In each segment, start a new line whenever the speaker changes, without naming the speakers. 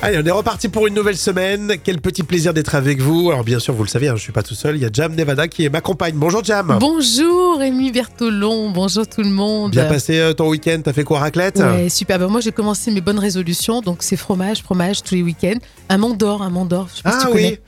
Allez, on est reparti pour une nouvelle semaine. Quel petit plaisir d'être avec vous. Alors bien sûr, vous le savez, hein, je suis pas tout seul. Il y a Jam Nevada qui est ma compagne. Bonjour Jam.
Bonjour Rémi Bertolon, bonjour tout le monde.
Bien passé euh, ton week-end. T'as fait quoi raclette
Ouais, super. Ben, moi, j'ai commencé mes bonnes résolutions. Donc, c'est fromage, fromage tous les week-ends. Un mandor, un mandor. Je sais pas si
Ah
tu
oui.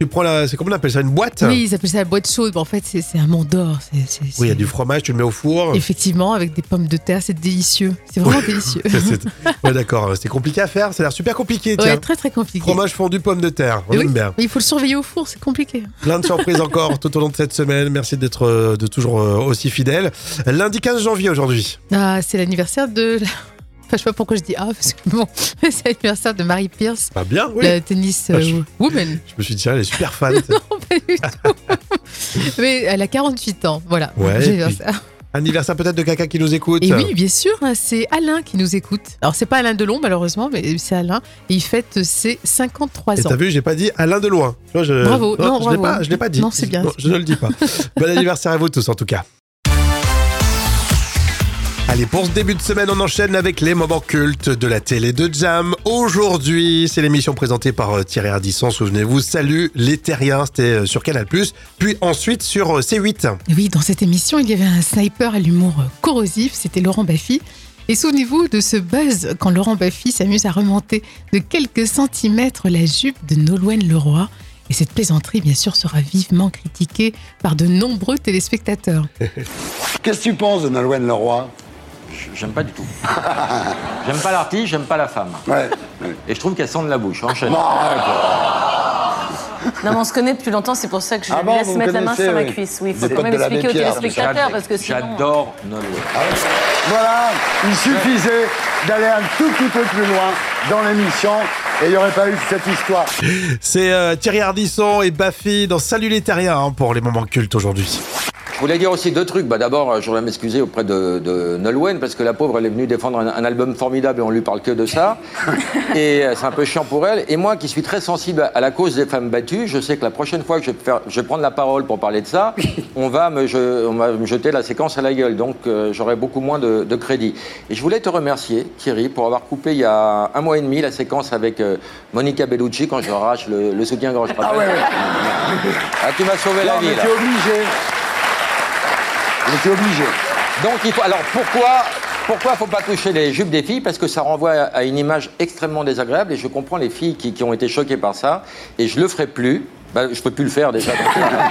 Tu prends la, c'est comment on appelle ça, une boîte.
connais. Oui, ils appellent ça la boîte chaude. mais en fait, c'est c'est un mandor. C'est- c'est-
Oui, il y a
c'est-
du fromage. Tu le mets au four.
Effectivement, avec des pommes de terre, c'est délicieux. C'est vraiment délicieux.
C'est- ouais, d'accord. hein, C'est compliqué à faire. Ça a l'air super compliqué.
Ouais,
Tiens.
très très compliqué.
Fromage fondu, pommes de terre. On
Oui.
aime bien.
Mais il faut le surveiller au four, c'est compliqué.
Plein de surprises encore tout au long de cette semaine. Merci d'être euh, de toujours euh, aussi fidèle. Lundi 15 janvier aujourd'hui.
Ah, c'est l'anniversaire de. la- Enfin, je sais pas pourquoi je dis ah, parce que bon, c'est l'anniversaire de Marie Pierce,
Pas bien, oui.
la tennis euh,
Ah, je-
woman.
Je me suis dit, tiens, elle est super fan.
Non, pas du tout. Mais elle a 48 ans, voilà.
Ouais,
J'ai dit
puis-
ça.
Anniversaire peut-être de quelqu'un qui nous écoute.
Et oui, bien sûr, hein, c'est Alain qui nous écoute. Alors, c'est pas Alain Delon, malheureusement, mais c'est Alain. Et il fête ses 53
Et
ans.
t'as vu, j'ai pas dit Alain de loin. je...
Bravo, non,
je l'ai
bravo.
pas, je l'ai pas dit.
Non, c'est bien.
je ne le dis pas. bon anniversaire à vous tous en tout cas. Allez, pour ce début de semaine, on enchaîne avec les moments cultes de la télé de Jam. Aujourd'hui, c'est l'émission présentée par euh, Thierry Ardisson, souvenez-vous, Salut les Terriens, c'était euh, sur Canal+, puis ensuite sur euh, C8.
Oui, dans cette émission, il y avait un sniper à l'humour corrosif, c'était Laurent Baffy. Et souvenez-vous de ce buzz quand Laurent Baffy s'amuse à remonter de quelques centimètres la jupe de Nolwenn Leroy. Et cette plaisanterie, bien sûr, sera vivement critiquée par de nombreux téléspectateurs.
Qu'est-ce que tu penses de Nolwenn Leroy
J'aime pas du tout. j'aime pas l'artiste, j'aime pas la femme.
Ouais.
Et je trouve qu'elle sent de la bouche. Enchaîne.
Non, mais on se connaît depuis longtemps, c'est pour ça que je
Ah
lui
bon,
laisse
vous
mettre la main
connaissez,
sur la
oui.
cuisse. Oui, il
Des
faut quand
potes
même
de l'abbé
expliquer aux
Pierre.
téléspectateurs parce que sinon.
J'adore Nolwenn.
Voilà, il suffisait d'aller un tout petit peu plus loin dans l'émission et il n'y aurait pas eu cette histoire.
C'est euh, Thierry Ardisson et Baffy dans Salut les Terriens hein, pour les moments cultes aujourd'hui.
Je voulais dire aussi deux trucs. Bah, D'abord, euh, je voudrais m'excuser auprès de, de Nolwenn parce que la pauvre, elle est venue défendre un, un album formidable et on lui parle que de ça. et euh, c'est un peu chiant pour elle. Et moi, qui suis très sensible à- à la cause des femmes battues, je sais que la prochaine fois que je vais, faire- je vais prendre la parole pour parler de ça, on va me, je- on va me jeter la séquence à la gueule. Donc, euh, j'aurai beaucoup moins de, de crédit. Et je voulais te remercier, Thierry, pour avoir coupé il y a un mois et demi la séquence avec euh, Monica Bellucci quand je arrache le, le soutien-gorge.
Ah ouais, ouais.
Ah, tu m'as sauvé
Non,
la
mais
vie. là.
t'es obligé. Mais t'es obligé.
Donc il faut, alors pourquoi pourquoi faut pas toucher les jupes des filles parce que ça renvoie à- à une image extrêmement désagréable et je comprends les filles qui, qui ont été choquées par ça et je le ferai plus. Bah, je peux plus le faire déjà. donc, voilà.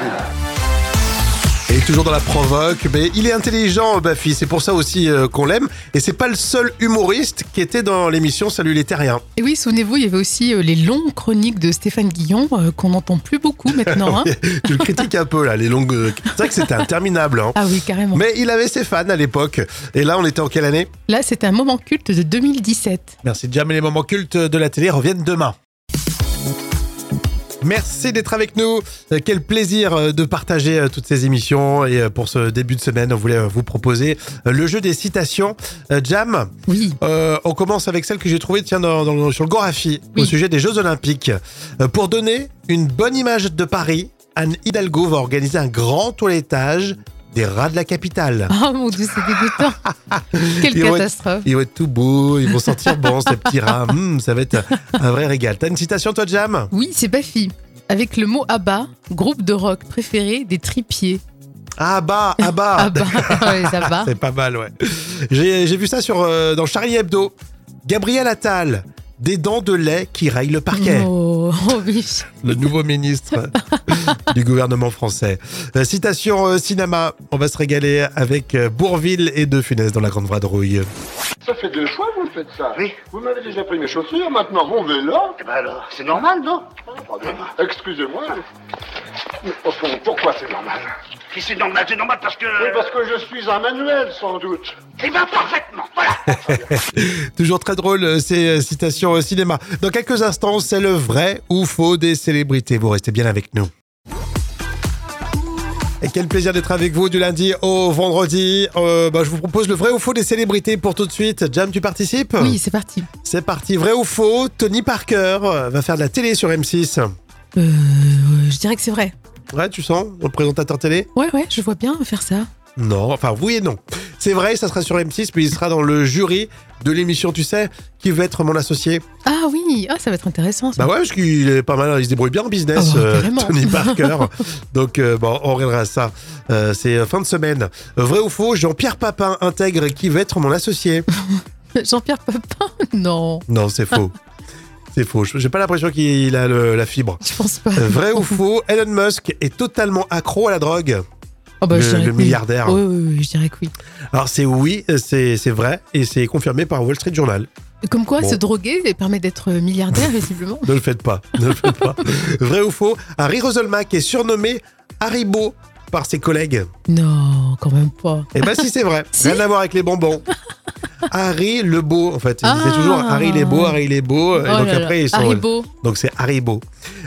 Et toujours dans la provoque, mais il est intelligent, Baffy, c'est pour ça aussi euh, qu'on l'aime. Et c'est pas le seul humoriste qui était dans l'émission Salut les Terriens.
Et oui, souvenez-vous, il y avait aussi euh, les longues chroniques de Stéphane Guillon euh, qu'on n'entend plus beaucoup maintenant. hein.
Tu le critiques un peu, là, les longues. euh, C'est vrai que c'était interminable, hein.
Ah oui, carrément.
Mais il avait ses fans à l'époque. Et là, on était en quelle année
Là, c'était un moment culte de 2017.
Merci Jam et les moments cultes de la télé reviennent demain. Merci d'être avec nous. Euh, Quel plaisir euh, de partager euh, toutes ces émissions. Et euh, pour ce début de semaine, on voulait euh, vous proposer euh, le jeu des citations. Euh, Jam,
Oui.
Euh, on commence avec celle que j'ai trouvée tiens, dans- dans- sur le Gorafi,
Oui.
au sujet des Jeux Olympiques. Euh, pour donner une bonne image de Paris, Anne Hidalgo va organiser un grand toilettage des rats de la capitale.
Oh mon dieu, c'est dégoûtant. Quelle
Ils vont être-
catastrophe.
Ils vont être tout beaux, ils vont sentir bon, ces petits rats. Hum, ça va être un vrai régal. T'as une citation, toi, Jam
Oui, c'est Baffy. Avec le mot ABBA, groupe de rock préféré des tripiers.
Ah bah, ah bah
ABBA, ouais, les ABBA.
C'est pas mal, ouais. J'ai j'ai vu ça sur, euh, dans Charlie Hebdo. Gabriel Attal, des dents de lait qui raillent le parquet.
Oh, oh oui.
le nouveau ministre du gouvernement français. Euh, Citation euh, cinéma, on va se régaler avec euh, Bourville et De Funès dans la Grande Vadrouille.
Ça fait deux fois que vous faites ça.
Oui.
Vous m'avez déjà pris mes chaussures, maintenant mon vélo.
Eh ben alors, c'est normal, non
Pardon, excusez-moi. Mais au fond, pourquoi c'est normal
Si c'est normal, c'est normal parce que...
Oui, parce que je suis un manuel, sans doute.
Eh ben parfaitement, voilà
Toujours très drôle euh, ces euh, citations euh, cinéma. Dans quelques instants, c'est le vrai ou faux des célébrités. Vous restez bien avec nous. Et quel plaisir d'être avec vous du lundi au vendredi. Euh, bah, je vous propose le vrai ou faux des célébrités pour tout de suite. Jam, tu participes
Oui, c'est parti.
C'est parti, vrai ou faux Tony Parker euh, va faire de la télé sur M6.
Euh, je dirais que c'est vrai.
Ouais, tu sens, le présentateur télé
Ouais, ouais, je vois bien faire ça.
Non, enfin oui et non. C'est vrai, ça sera sur M6, mais il sera dans le jury de l'émission, tu sais, qui va être mon associé.
Ah oui, ah, ça va être intéressant. Ça.
Bah ouais, parce qu'il est pas mal, il se débrouille bien en business,
Ah ouais,
euh,
carrément.
Tony Parker. Donc euh, bon, on regardera ça. Euh, c'est euh, fin de semaine. Vrai ou faux, Jean-Pierre Papin intègre qui va être mon associé.
Jean-Pierre Papin Non,
Non, c'est faux. C'est faux. Je- J'ai pas l'impression qu'il a le- la fibre.
je pense pas.
Euh, Vrai ou faux, Elon Musk est totalement accro à la drogue.
Oh, bah,
le-
je dirais
le
que oui.
milliardaire.
Oui, oui, oui, je dirais que oui.
Alors c'est oui, euh, c'est c'est vrai et c'est confirmé par Wall Street Journal.
Comme quoi,
Bon.
se droguer permet d'être euh, milliardaire, visiblement.
Ne le faites pas, ne le faites pas. Vrai ou faux, Harry Roselmack est surnommé Haribo par ses collègues.
Non, quand même pas.
Eh ben si c'est vrai,
Si.
rien à voir avec les bonbons. Harry le beau en fait, il disait
Ah.
toujours Harry les beaux, Harry les beaux et
Oh
donc
là là.
après ils sont
Haribo,
donc c'est Haribo.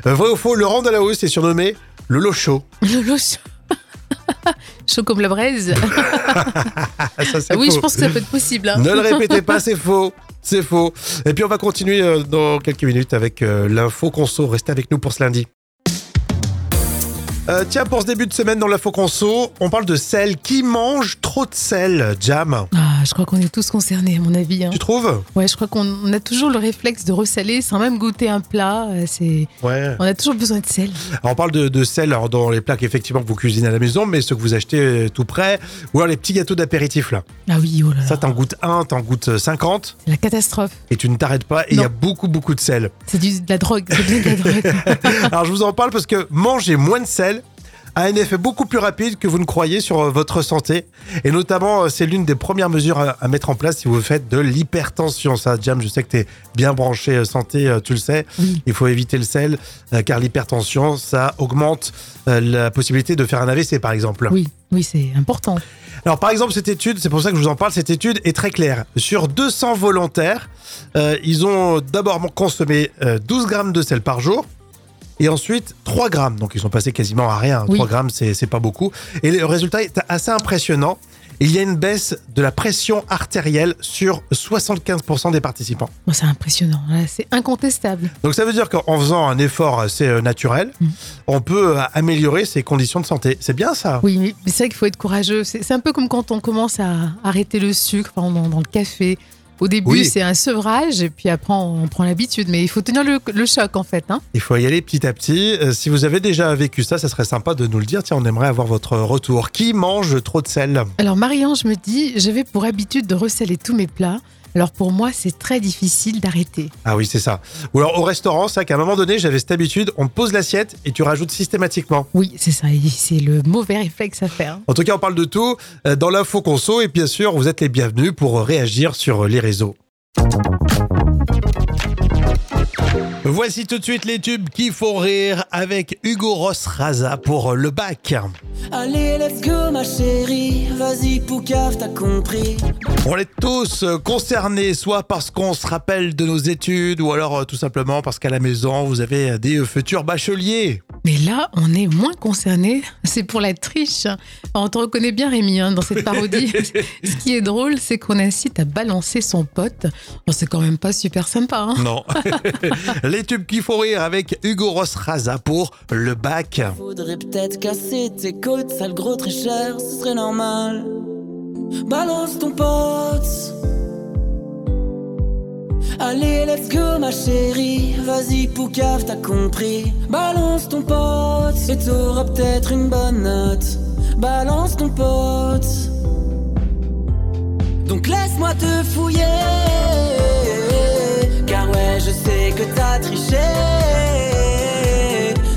Euh, Vrai ou faux, Laurent Delahousse est surnommé le Locho.
Lolo chaud. chaud comme la braise.
Ah, ça c'est
oui,
faux.
je pense que ça peut être possible. hein.
Ne le répétez pas, c'est faux. C'est faux. Et puis on va continuer euh, dans quelques minutes avec euh, l'info conso. Restez avec nous pour ce lundi. Euh, tiens, pour ce début de semaine dans l'info conso, on parle de sel. Qui mange trop de sel, Jam
Ah, je crois qu'on est tous concernés, à mon avis. hein.
Tu trouves
Ouais, je crois qu'on on a toujours le réflexe de ressaler sans même goûter un plat. euh, C'est,
Ouais.
on a toujours besoin de sel.
Alors, on parle de, de sel alors, dans les plats qu'effectivement vous cuisinez à la maison, mais ceux que vous achetez euh, tout près, ou alors les petits gâteaux d'apéritif là.
Ah oui, oh là là,
Ça, t'en goûtes un, t'en goûtes 50,
c'est la catastrophe.
et tu ne t'arrêtes pas, et il y a beaucoup, beaucoup de sel.
C'est du- de la drogue, c'est bien de la drogue.
Alors je vous en parle parce que manger moins de sel a un effet beaucoup plus rapide que vous ne croyez sur euh, votre santé. Et notamment, euh, c'est l'une des premières mesures à, à mettre en place si vous faites de l'hypertension. Ça, Jam, je sais que tu es bien branché euh, santé, euh, tu le sais.
Oui.
Il faut éviter le sel, euh, car l'hypertension, ça augmente euh, la possibilité de faire un AVC, par exemple.
Oui, oui, c'est important.
Alors, par exemple, cette étude, c'est pour ça que je vous en parle, cette étude est très claire. Sur 200 volontaires, euh, ils ont d'abord consommé euh, 12 grammes de sel par jour. Et ensuite, 3 grammes. Donc, ils sont passés quasiment à rien.
Oui.
3 grammes, c'est c'est pas beaucoup. Et le résultat est assez impressionnant. Il y a une baisse de la pression artérielle sur 75% des participants.
Bon, c'est impressionnant, là, c'est incontestable.
Donc, ça veut dire qu'en faisant un effort assez euh, naturel, on peut euh, améliorer ses conditions de santé. C'est bien ça.
Oui, mais c'est vrai qu'il faut être courageux. C'est c'est un peu comme quand on commence à arrêter le sucre par exemple, dans, dans le café. Au début,
Oui.
c'est un sevrage, et puis après, on, on prend l'habitude. Mais il faut tenir le, le choc, en fait. hein.
Il faut y aller petit à petit. Euh, si vous avez déjà vécu ça, ça serait sympa de nous le dire. Tiens, on aimerait avoir votre retour. Qui mange trop de sel
Alors, Marie-Ange me dit j'avais pour habitude de ressaler tous mes plats. Alors, pour moi, c'est très difficile d'arrêter.
Ah oui, c'est ça. Ou alors au restaurant, c'est vrai qu'à un moment donné, j'avais cette habitude, on te pose l'assiette et tu rajoutes systématiquement.
Oui, c'est ça. et C'est le mauvais réflexe à faire.
En tout cas, on parle de tout euh, dans l'info conso et bien sûr, vous êtes les bienvenus pour réagir sur les réseaux. Voici tout de suite les tubes qui font rire avec Hugo Ross Raza pour le bac.
Allez, let's go, ma chérie. Vas-y,
euh,
Poucave, t'as compris.
On est tous euh, concernés, soit parce qu'on se rappelle de nos études, ou alors euh, tout simplement parce qu'à la maison, vous avez euh, des euh, futurs bacheliers.
Mais là, on est moins concerné. C'est pour la triche. On te reconnaît bien, Rémi, hein, dans cette parodie. Ce qui est drôle, c'est qu'on incite à balancer son pote. Bon, c'est quand même pas super sympa. hein.
Non. Les tubes qui font rire avec Hugo Ross Raza pour le bac.
Faudrait peut-être casser tes côtes, sale gros très cher, ce serait normal. Balance ton pote. Allez, let's go, ma chérie. Vas-y, Poucave, t'as compris. Balance ton pote. Et t'auras peut-être une bonne note. Balance ton pote. Donc laisse-moi te fouiller. Car ouais, je sais que t'as triché.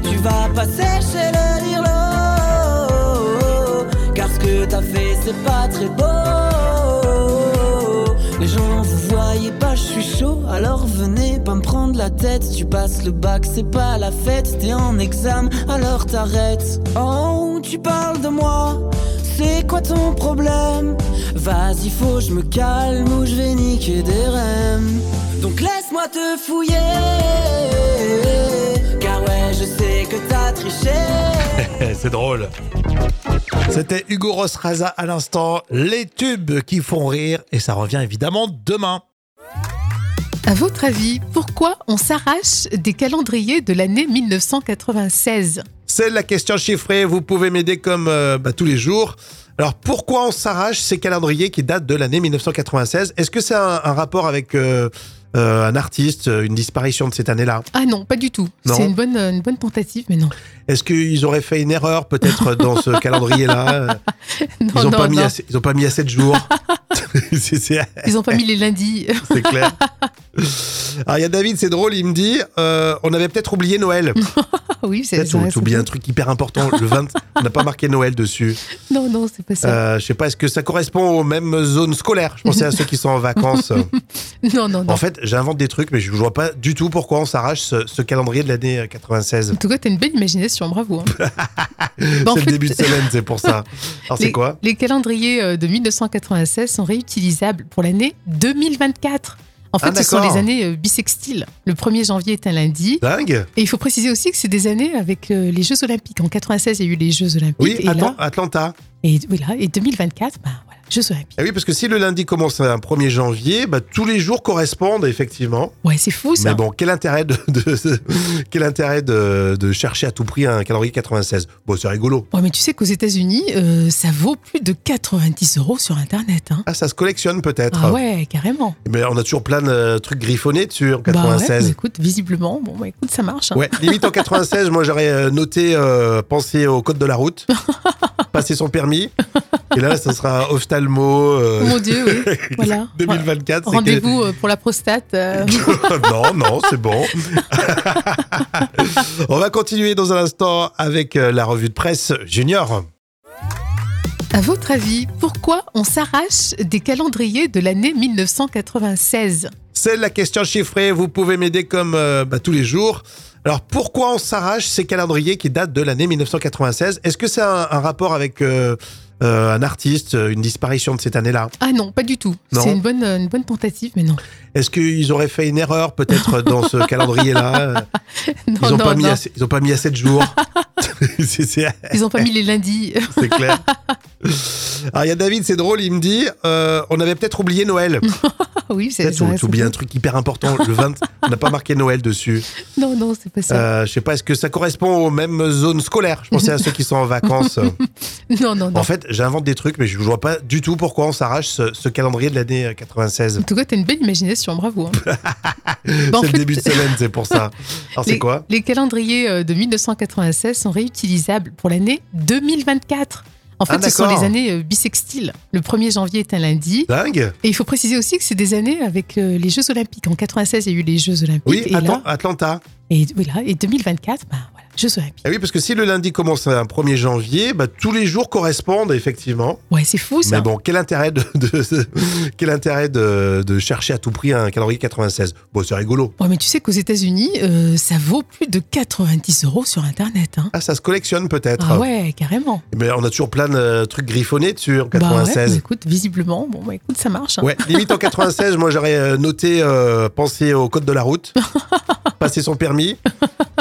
Tu vas pas sécher le lirlo. Car ce que t'as fait, c'est pas très beau. Les gens, vous voyez pas, je suis chaud. Alors venez pas me prendre la tête. Tu passes le bac, c'est pas la fête. T'es en examen, alors t'arrêtes. Oh, tu parles de moi. C'est quoi ton problème Vas-y, faut que je me calme ou je vais niquer des rems. Donc laisse-moi te fouiller. Car ouais, je sais que t'as triché.
Eh, C'est drôle. C'était Hugo Ross Raza à l'instant. Les tubes qui font rire. Et ça revient évidemment demain.
À votre avis, pourquoi on s'arrache des calendriers de l'année 1996
C'est la question chiffrée. Vous pouvez m'aider comme euh, bah, tous les jours Alors pourquoi on s'arrache ces calendriers qui datent de l'année 1996 Est-ce que c'est un, un rapport avec euh, euh, un artiste, euh, une disparition de cette année-là
Ah non, pas du tout.
Non.
C'est une bonne, euh, une bonne tentative, mais non.
Est-ce qu'ils auraient fait une erreur peut-être dans ce calendrier-là
non,
Ils n'ont
Oh non,
pas, mis
non.
à- ils ont pas mis à 7 jours. C'est- c'est
Ils ont pas
Eh.
mis les lundis.
c'est clair. Alors il y a David, c'est drôle, il me dit, euh, on avait peut-être oublié Noël.
Ah oui, c'est
Peut-être on
ça. c'est-
oublie un truc hyper important. Le 20, on n'a pas marqué Noël dessus.
Non, non, c'est pas ça.
Euh, je sais pas, est-ce que ça correspond aux mêmes zones scolaires Je pensais à ceux qui sont en vacances.
Non, non, non.
En fait, j'invente des trucs, mais je vois pas du tout pourquoi on s'arrache ce, ce calendrier de l'année euh, 96.
En tout cas, t'as une belle imagination, bravo. hein.
c'est
Bah, en
le
fait-
début de semaine, c'est pour ça. Alors c'est
Les-
quoi
Les calendriers euh, de 1996 sont réutilisables pour l'année 2024. En fait,
Ah,
ce sont
d'accord.
les années euh, bissextiles. Le 1er janvier est un lundi.
Dingue
Et il faut préciser aussi que c'est des années avec euh, les Jeux Olympiques. En 96, il y a eu les Jeux Olympiques.
Oui,
et,
attends,
là,
Atlanta.
et, oui, là, et 2024, bah, voilà, Jeux Olympiques.
Ah oui, parce que si le lundi commence un 1er janvier, bah, tous les jours correspondent, effectivement.
Ouais, c'est fou ça.
Mais bon, quel intérêt, de, de- quel intérêt de, de chercher à tout prix un calendrier 96 Bon, c'est rigolo.
Ouais, mais tu sais qu'aux États-Unis, euh, ça vaut plus de 90 euros sur Internet. hein.
Ah, ça se collectionne peut-être.
Ah ouais, carrément.
Mais on a toujours plein de trucs griffonnés dessus en
Bah ouais,
96.
bah écoute, visiblement, bon, bah écoute, ça marche. hein.
Ouais, limite en 96, moi j'aurais euh, noté euh, penser au code de la route, passer son permis. Et là, ça sera ophtalmo. euh,
Oh Mon Dieu, oui. voilà.
2024, c'est que-
Rendez-vous euh, pour la prostate. euh,
non, non, c'est bon. On va continuer dans un instant avec euh, la revue de presse junior.
À votre avis, pourquoi on s'arrache des calendriers de l'année 1996
C'est la question chiffrée, vous pouvez m'aider comme euh, bah, tous les jours. Alors pourquoi on s'arrache ces calendriers qui datent de l'année 1996 Est-ce que c'est un, un rapport avec euh, euh, un artiste, une disparition de cette année-là
Ah non, pas du tout.
Non.
C'est une bonne, euh, une bonne tentative, mais non.
Est-ce qu'ils auraient fait une erreur peut-être dans ce calendrier-là
Non,
Ils n'ont
Oh non,
pas, mis
non.
à- ils ont pas mis à 7 jours. C'est- c'est
Ils ont pas mis les lundis.
c'est clair. Alors il y a David, c'est drôle, il me dit, euh, on avait peut-être oublié Noël.
Ah oui, c'est
Peut-être on
ça.
oublie un truc hyper important. Le 20, on n'a pas marqué Noël dessus.
Non, non, c'est pas ça.
Euh, je sais pas, est-ce que ça correspond aux mêmes zones scolaires Je pensais à ceux qui sont en vacances.
Non, non, non.
en fait, j'invente des trucs, mais je vois pas du tout pourquoi on s'arrache ce, ce calendrier de l'année euh, 96.
En tout cas, t'as une belle imagination, bravo. hein. Bah,
C'est
en
le
fait-
début de semaine, c'est pour ça. Alors c'est
les,
quoi
les calendriers euh, de 1996 sont réutilisables pour l'année 2024. En fait,
Ah,
ce sont
d'accord.
les années euh, bissextiles. Le 1er janvier est un lundi.
Dingue
Et il faut préciser aussi que c'est des années avec euh, les Jeux Olympiques. En 96, il y a eu les Jeux Olympiques.
Oui,
et,
attends,
là,
Atlanta.
et, oui, là, et 2024, bah, voilà, Jeux Olympiques.
Ah oui, parce que si le lundi commence un 1er janvier, bah, tous les jours correspondent, effectivement.
Ouais, c'est fou ça.
Mais bon, quel intérêt de, de- quel intérêt de, de chercher à tout prix un calendrier 96 Bon, c'est rigolo.
Ouais, mais tu sais qu'aux États-Unis, euh, ça vaut plus de 90 euros sur Internet. hein.
Ah, ça se collectionne peut-être.
Ah ouais, carrément.
Mais on a toujours plein de trucs griffonnés dessus en
Bah ouais,
96.
bah écoute, visiblement, bon, bah écoute, ça marche. hein.
Ouais, limite en 96, moi j'aurais euh, noté euh, penser au code de la route, passer son permis.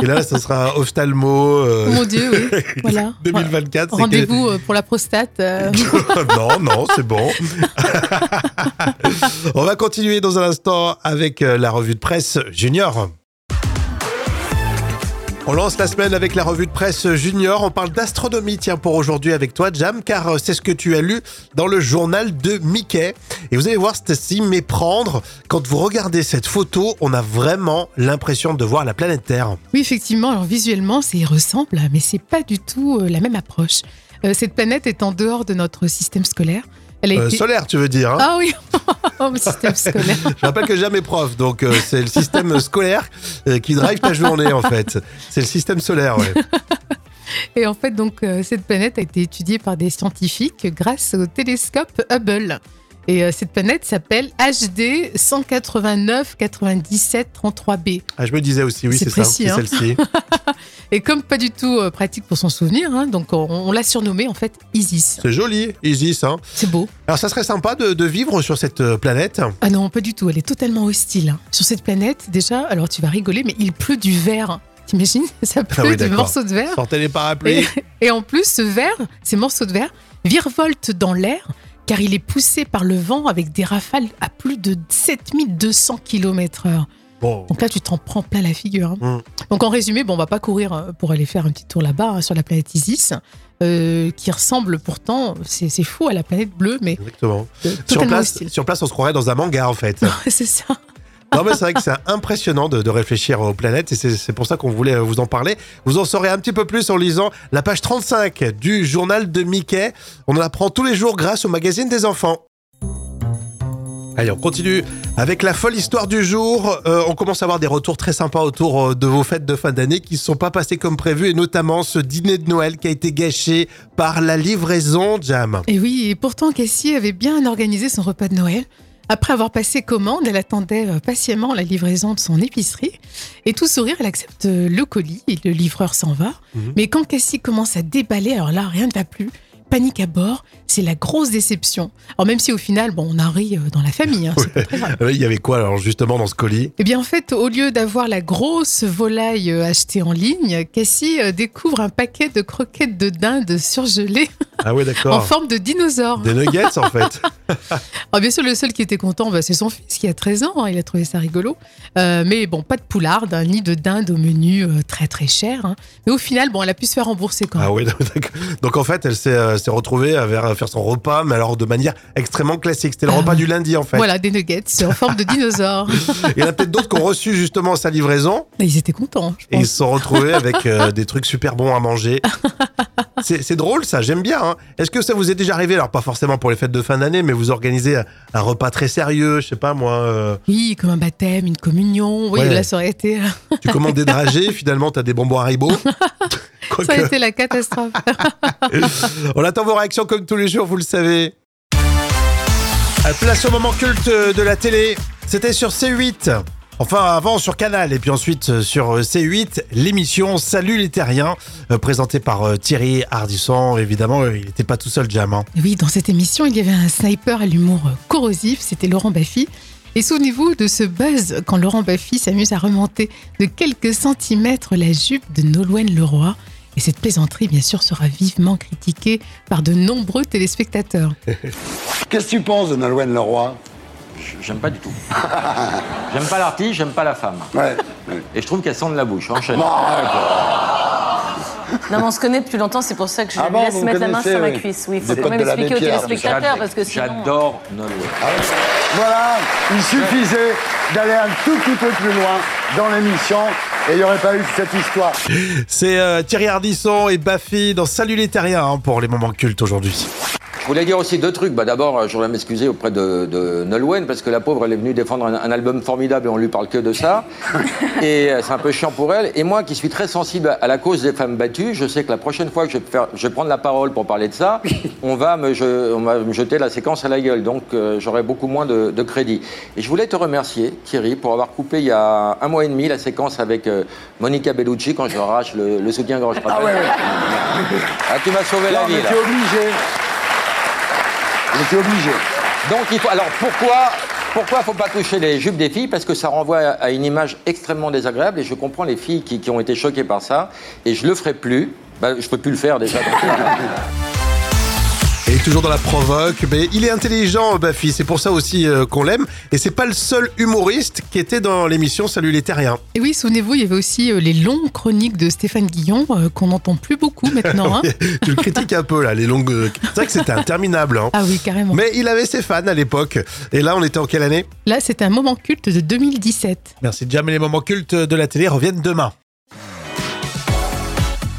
Et là, ça sera ophtalmo. euh,
Oh Mon Dieu, oui. voilà.
2024, c'est que-
Rendez-vous euh, pour la prostate. euh,
non, non, c'est bon. On va continuer dans un instant avec euh, la revue de presse junior. On lance la semaine avec la revue de presse junior. On parle d'astronomie, tiens, pour aujourd'hui avec toi, Jam, car euh, c'est ce que tu as lu dans le journal de Mickey. Et vous allez voir, c'est s'y méprendre. Quand vous regardez cette photo, on a vraiment l'impression de voir la planète Terre.
Oui, effectivement, alors visuellement, ça y ressemble, mais c'est pas du tout euh, la même approche. Euh, cette planète est en dehors de notre système scolaire. Elle a
Euh,
été-
solaire, tu veux dire. hein
Ah oui, le système scolaire.
Je rappelle que jamais prof, donc euh, c'est le système scolaire euh, qui drive ta journée en fait. C'est le système solaire, ouais.
Et en fait, donc, euh, cette planète a été étudiée par des scientifiques grâce au télescope Hubble. Et euh, cette planète s'appelle HD 189 97 33b.
Ah, je me disais aussi, oui, c'est
C'est
ça,
précis,
c'est
hein.
celle-ci.
Et comme pas du tout euh, pratique pour s'en souvenir, hein, donc on, on l'a surnommée en fait Isis.
C'est joli, Isis. Hein.
C'est beau.
Alors ça serait sympa de, de vivre sur cette euh, planète.
Ah non, pas du tout, elle est totalement hostile. hein. Sur cette planète, déjà, alors tu vas rigoler, mais il pleut du verre. T'imagines Ça pleut
Ah oui,
du
d'accord.
morceau de verre.
Sortez les
Et,
parapluies.
et en plus, ce verre, ces morceaux de verre, virevoltent dans l'air car il est poussé par le vent avec des rafales à plus de 7200 km/h.
Bon.
Donc là, tu t'en prends plein la figure. hein.
Mm.
Donc en résumé, bon, on va pas courir euh, pour aller faire un petit tour là-bas hein, sur la planète Isis, euh, qui ressemble pourtant, c'est c'est fou, à la planète bleue, mais
Exactement.
euh,
Sur
totalement
place,
hostile.
sur place, on se croirait dans un manga, en fait.
c'est ça.
Non, mais c'est vrai que c'est impressionnant de, de réfléchir aux planètes et c'est c'est pour ça qu'on voulait euh, vous en parler. Vous en saurez un petit peu plus en lisant la page 35 du journal de Mickey. On en apprend tous les jours grâce au magazine des enfants. Allez, on continue avec la folle histoire du jour. Euh, on commence à avoir des retours très sympas autour euh, de vos fêtes de fin d'année qui ne sont pas passées comme prévu et notamment ce dîner de Noël qui a été gâché par la livraison, Jam.
Et oui, et pourtant Cassie avait bien organisé son repas de Noël. Après avoir passé commande, elle attendait euh, patiemment la livraison de son épicerie. Et tout sourire, elle accepte euh, le colis et le livreur s'en va.
Mhm.
Mais quand Cassie commence à déballer, alors là, rien ne va plus. Panique à bord, c'est la grosse déception. Alors même si au final, bon, on a ri euh, dans la famille, hein, c'est pas très grave.
Euh, Il y avait quoi alors justement dans ce colis
Eh bien, en fait, au lieu d'avoir la grosse volaille euh, achetée en ligne, Cassie euh, découvre un paquet de croquettes de dinde surgelées
Ah ouais,
en
d'accord.
forme de dinosaure.
Des nuggets en fait.
Alors, Ah, bien sûr, le seul qui était content, bah, c'est son fils qui a 13 ans. hein, il a trouvé ça rigolo. Euh, mais bon, pas de poularde, hein, ni de dinde au menu euh, très très cher. hein. Mais au final, bon, elle a pu se faire rembourser quand même.
Ah oui, d'accord. donc en fait, elle s'est euh, s'est retrouvée à faire, à faire son repas, mais alors de manière extrêmement classique. C'était le
Ah
repas
ouais.
du lundi en fait.
Voilà, des nuggets en forme de dinosaure.
Il y en a peut-être d'autres qui ont reçu justement sa livraison
Et Ils étaient contents, je
et ils
pense.
se sont retrouvés avec euh, des trucs super bons à manger. C'est c'est drôle ça, j'aime bien. hein. Est-ce que ça vous est déjà arrivé Alors pas forcément pour les fêtes de fin d'année, mais vous organisez un, un repas très sérieux, je sais pas moi. euh,
Oui, comme un baptême, une communion. Oui,
Ouais.
là, ça aurait été, euh,
tu commandes des dragées, finalement t'as des bonbons Haribo.
ça
Quoique,
aurait été la catastrophe.
On attend vos réactions comme tous les jours, vous le savez. Euh, Place au moment culte de la télé. C'était sur C8. Enfin, avant sur Canal et puis ensuite euh, sur euh, C8, l'émission Salut les Terriens, euh, présentée par euh, Thierry Ardisson. Évidemment, euh, il n'était pas tout seul, Jam. hein.
Oui, dans cette émission, il y avait un sniper à l'humour corrosif, c'était Laurent Baffy. Et souvenez-vous de ce buzz quand Laurent Baffy s'amuse à remonter de quelques centimètres la jupe de Nolwenn Leroy. Et cette plaisanterie, bien sûr, sera vivement critiquée par de nombreux téléspectateurs.
Qu'est-ce que tu penses de Nolwenn Leroy
J'aime pas du tout. j'aime pas l'artiste, j'aime pas la femme.
Ouais. ouais.
Et je trouve qu'elle sent de la bouche. hein, Enchaîne.
Non, arrête.
Non, mais on se connaît depuis longtemps, c'est pour ça que je
Ah
lui
bon,
laisse
vous
mettre la main
connaissez,
sur ma
oui.
cuisse. Oui,
Des
il faut quand
potes
même
de l'abbé
expliquer aux
Pierre,
téléspectateurs parce que sinon.
J'adore Nolwenn.
Voilà, il suffisait d'aller un tout petit peu plus loin dans l'émission et il n'y aurait pas eu cette histoire.
C'est euh, Thierry Ardisson et Baffy dans Salut les Terriens hein, pour les moments cultes aujourd'hui.
Je voulais dire aussi deux trucs. Bah, D'abord, euh, je voudrais m'excuser auprès de, de Nolwenn, parce que la pauvre, elle est venue défendre un, un album formidable et on lui parle que de ça. et euh, c'est un peu chiant pour elle. Et moi, qui suis très sensible à la cause des femmes battues, je sais que la prochaine fois que je vais, faire- je vais prendre la parole pour parler de ça, on va me, je- on va me jeter la séquence à la gueule. Donc, euh, j'aurai beaucoup moins de, de crédit. Et je voulais te remercier, Thierry, pour avoir coupé il y a un mois et demi la séquence avec euh, Monica Bellucci quand je arrache le, le soutien-gorge.
Ah ouais, ouais.
Ah, tu m'as sauvé la
Non,
vie,
mais
là.
t'es obligé. Mais t'es obligé.
Donc il faut. Alors pourquoi pourquoi faut pas toucher les jupes des filles Parce que ça renvoie à- à une image extrêmement désagréable et je comprends les filles qui, qui ont été choquées par ça et je le ferai plus. Bah, je peux plus le faire déjà.
Et toujours dans la provoque, mais il est intelligent, Baffy, c'est pour ça aussi euh, qu'on l'aime. Et c'est pas le seul humoriste qui était dans l'émission Salut les Terriens.
Et oui, souvenez-vous, il y avait aussi euh, les longues chroniques de Stéphane Guillon, euh, qu'on n'entend plus beaucoup maintenant. hein.
Tu le critiques un peu, là, les longues. euh, C'est vrai que c'était interminable, hein.
Ah oui, carrément.
Mais il avait ses fans à l'époque. Et là, on était en quelle année
Là, c'est un moment culte de 2017.
Merci Jam et les moments cultes de la télé reviennent demain.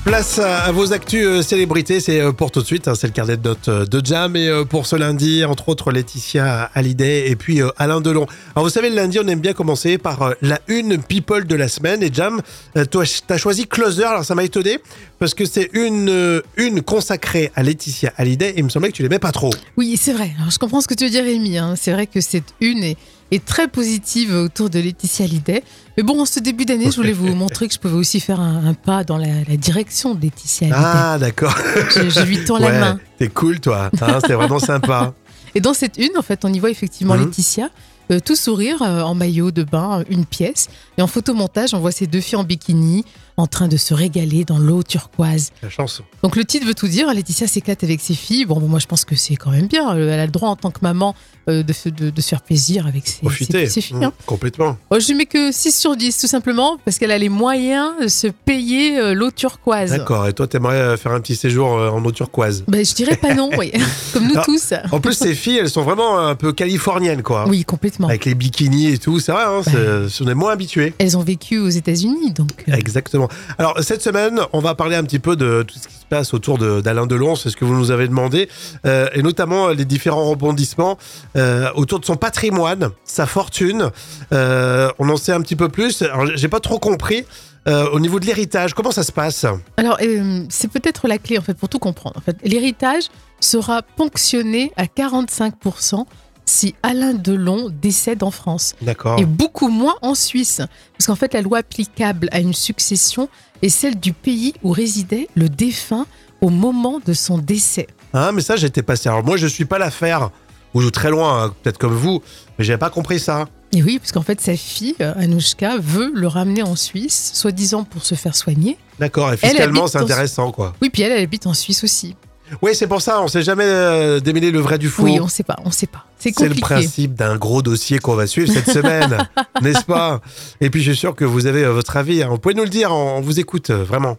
Place à, à vos actus euh, célébrités, c'est euh, pour tout de suite, hein, c'est le carnet de notes euh, de Jam et euh, pour ce lundi, entre autres Laetitia Hallyday et puis euh, Alain Delon. Alors vous savez, le lundi, on aime bien commencer par euh, la une people de la semaine et Jam, euh, toi, t'as choisi Closer, alors ça m'a étonné parce que c'est une euh, une consacrée à Laetitia Hallyday et il me semblait que tu l'aimais pas trop.
Oui, c'est vrai. Alors, je comprends ce que tu veux dire, Rémi. hein. C'est vrai que cette une est, est très positive autour de Laetitia Hallyday. Mais bon, en ce début d'année, je voulais vous montrer que je pouvais aussi faire un, un pas dans la, la direction de Laetitia Hallyday.
Ah d'accord,
Je, je lui tends la
ouais,
main.
t'es cool toi, hein, c'est vraiment sympa.
Et dans cette une, en fait, on y voit effectivement
Mhm.
Laetitia euh, tout sourire, euh, en maillot de bain, une pièce. Et en photomontage, on voit ces deux filles en bikini, en train de se régaler dans l'eau turquoise.
La chanson.
Donc le titre veut tout dire, Laetitia s'éclate avec ses filles. Bon, bon, moi je pense que c'est quand même bien, Euh, elle a le droit en tant que maman euh, de, se- de- de se faire plaisir avec ses,
Profitez.
ses- ses filles.
Mmh,
hein.
complètement.
Oh, je mets que 6 sur 10 tout simplement, parce qu'elle a les moyens de se payer euh, l'eau turquoise.
D'accord. Et toi, t'aimerais euh, faire un petit séjour euh, en eau turquoise.
Ben, je dirais pas non, oui. comme nous
Non.
tous.
En plus, ces filles, elles sont vraiment un peu californiennes, quoi.
Oui, complètement.
Avec les bikinis et tout, c'est vrai, hein, c'est- on est moins habitué.
Elles ont vécu aux États-Unis, donc. euh,
Exactement. Alors, cette semaine, on va parler un petit peu de tout ce qui se passe autour de- d'Alain Delon, c'est ce que vous nous avez demandé, euh, et notamment euh, les différents rebondissements euh, autour de son patrimoine, sa fortune. Euh, on en sait un petit peu plus. Alors, j'ai- j'ai pas trop compris euh, au niveau de l'héritage, comment ça se passe
Alors, euh, c'est peut-être la clé, en fait, pour tout comprendre. En fait, l'héritage sera ponctionné à 45% si Alain Delon décède en France.
D'accord.
et beaucoup moins en Suisse. Parce qu'en fait, la loi applicable à une succession est celle du pays où résidait le défunt au moment de son décès.
Hein, mais ça, j'étais passé. Alors, moi, je suis pas l'affaire, ou de très loin, hein, peut-être comme vous, mais j'avais pas compris ça.
Et oui, parce qu'en fait, sa fille, euh, Anouchka, veut le ramener en Suisse, soi-disant pour se faire soigner.
D'accord, et
Elle
fiscalement,
habite
c'est
dans-
intéressant, quoi.
Oui, puis elle, elle habite en Suisse aussi.
Oui, c'est pour ça, on sait jamais euh, démêler le vrai du faux.
Oui, on sait pas, on sait pas. C'est
C'est le
compliqué.
principe d'un gros dossier qu'on va suivre cette semaine, n'est-ce pas Et puis je suis sûr que vous avez euh, votre avis. hein. Vous pouvez nous le dire, on on vous écoute, euh, vraiment.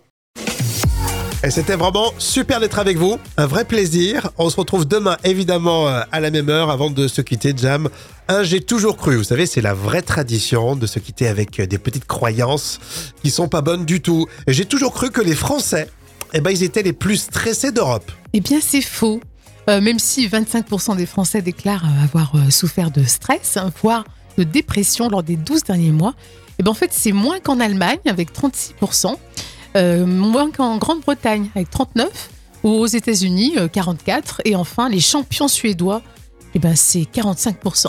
Et c'était vraiment super d'être avec vous, un vrai plaisir. On se retrouve demain évidemment euh, à la même heure avant de se quitter, Jam. Un, j'ai toujours cru, vous savez, c'est la vraie tradition de se quitter avec euh, des petites croyances qui sont pas bonnes du tout. Et j'ai toujours cru que les Français, eh ben, ils étaient les plus stressés d'Europe.
Eh bien, c'est faux. Euh, même si 25% des Français déclarent euh, avoir euh, souffert de stress, hein, voire de dépression lors des 12 derniers mois, eh ben, en fait, c'est moins qu'en Allemagne, avec 36%, euh, moins qu'en Grande-Bretagne, avec 39%, ou aux États-Unis, euh, 44%, et enfin, les champions suédois, eh ben, c'est 45%.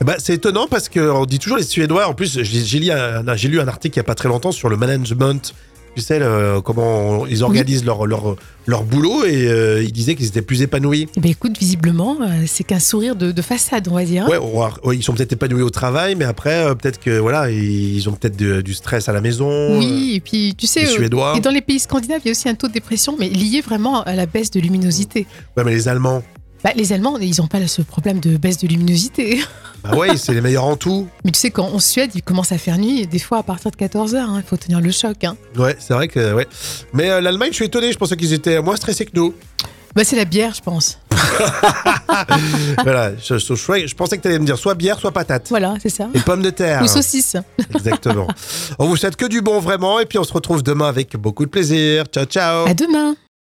Eh ben, c'est étonnant parce qu'on dit toujours les Suédois. En plus, j'ai j'ai lu, un- j'ai lu un article il n'y a pas très longtemps sur le management. Tu sais, le- comment on- ils organisent leur, leur, leur boulot et euh, ils disaient qu'ils étaient plus épanouis.
Eh ben, écoute, visiblement, euh, c'est qu'un sourire de, de façade, on va dire. hein.
Ouais, ou alors, ouais, ils sont peut-être épanouis au travail, mais après, euh, peut-être que voilà, ils ont peut-être de- du stress à la maison.
Oui, et puis tu
euh,
sais,
les
euh,
Suédois.
et dans les pays scandinaves, il y a aussi un taux de dépression, mais lié vraiment à la baisse de luminosité.
Ouais, mais les Allemands,
Bah, les Allemands, ils n'ont pas ce problème de baisse de luminosité.
bah ouais, c'est les meilleurs en tout.
Mais tu sais, quand en Suède, il commence à faire nuit, et des fois à partir de 14h, il faut tenir le choc. hein.
Ouais, c'est vrai que ouais. Mais euh, l'Allemagne, je suis étonné. Je pensais qu'ils étaient moins stressés que nous.
Bah, c'est la bière, je pense.
voilà, je, je- je- je pensais que tu allais me dire soit bière, soit patate.
Voilà, c'est ça.
Et pommes de terre.
Ou saucisse.
Exactement. on vous souhaite que du bon vraiment et puis on se retrouve demain avec beaucoup de plaisir. Ciao ciao.
À demain.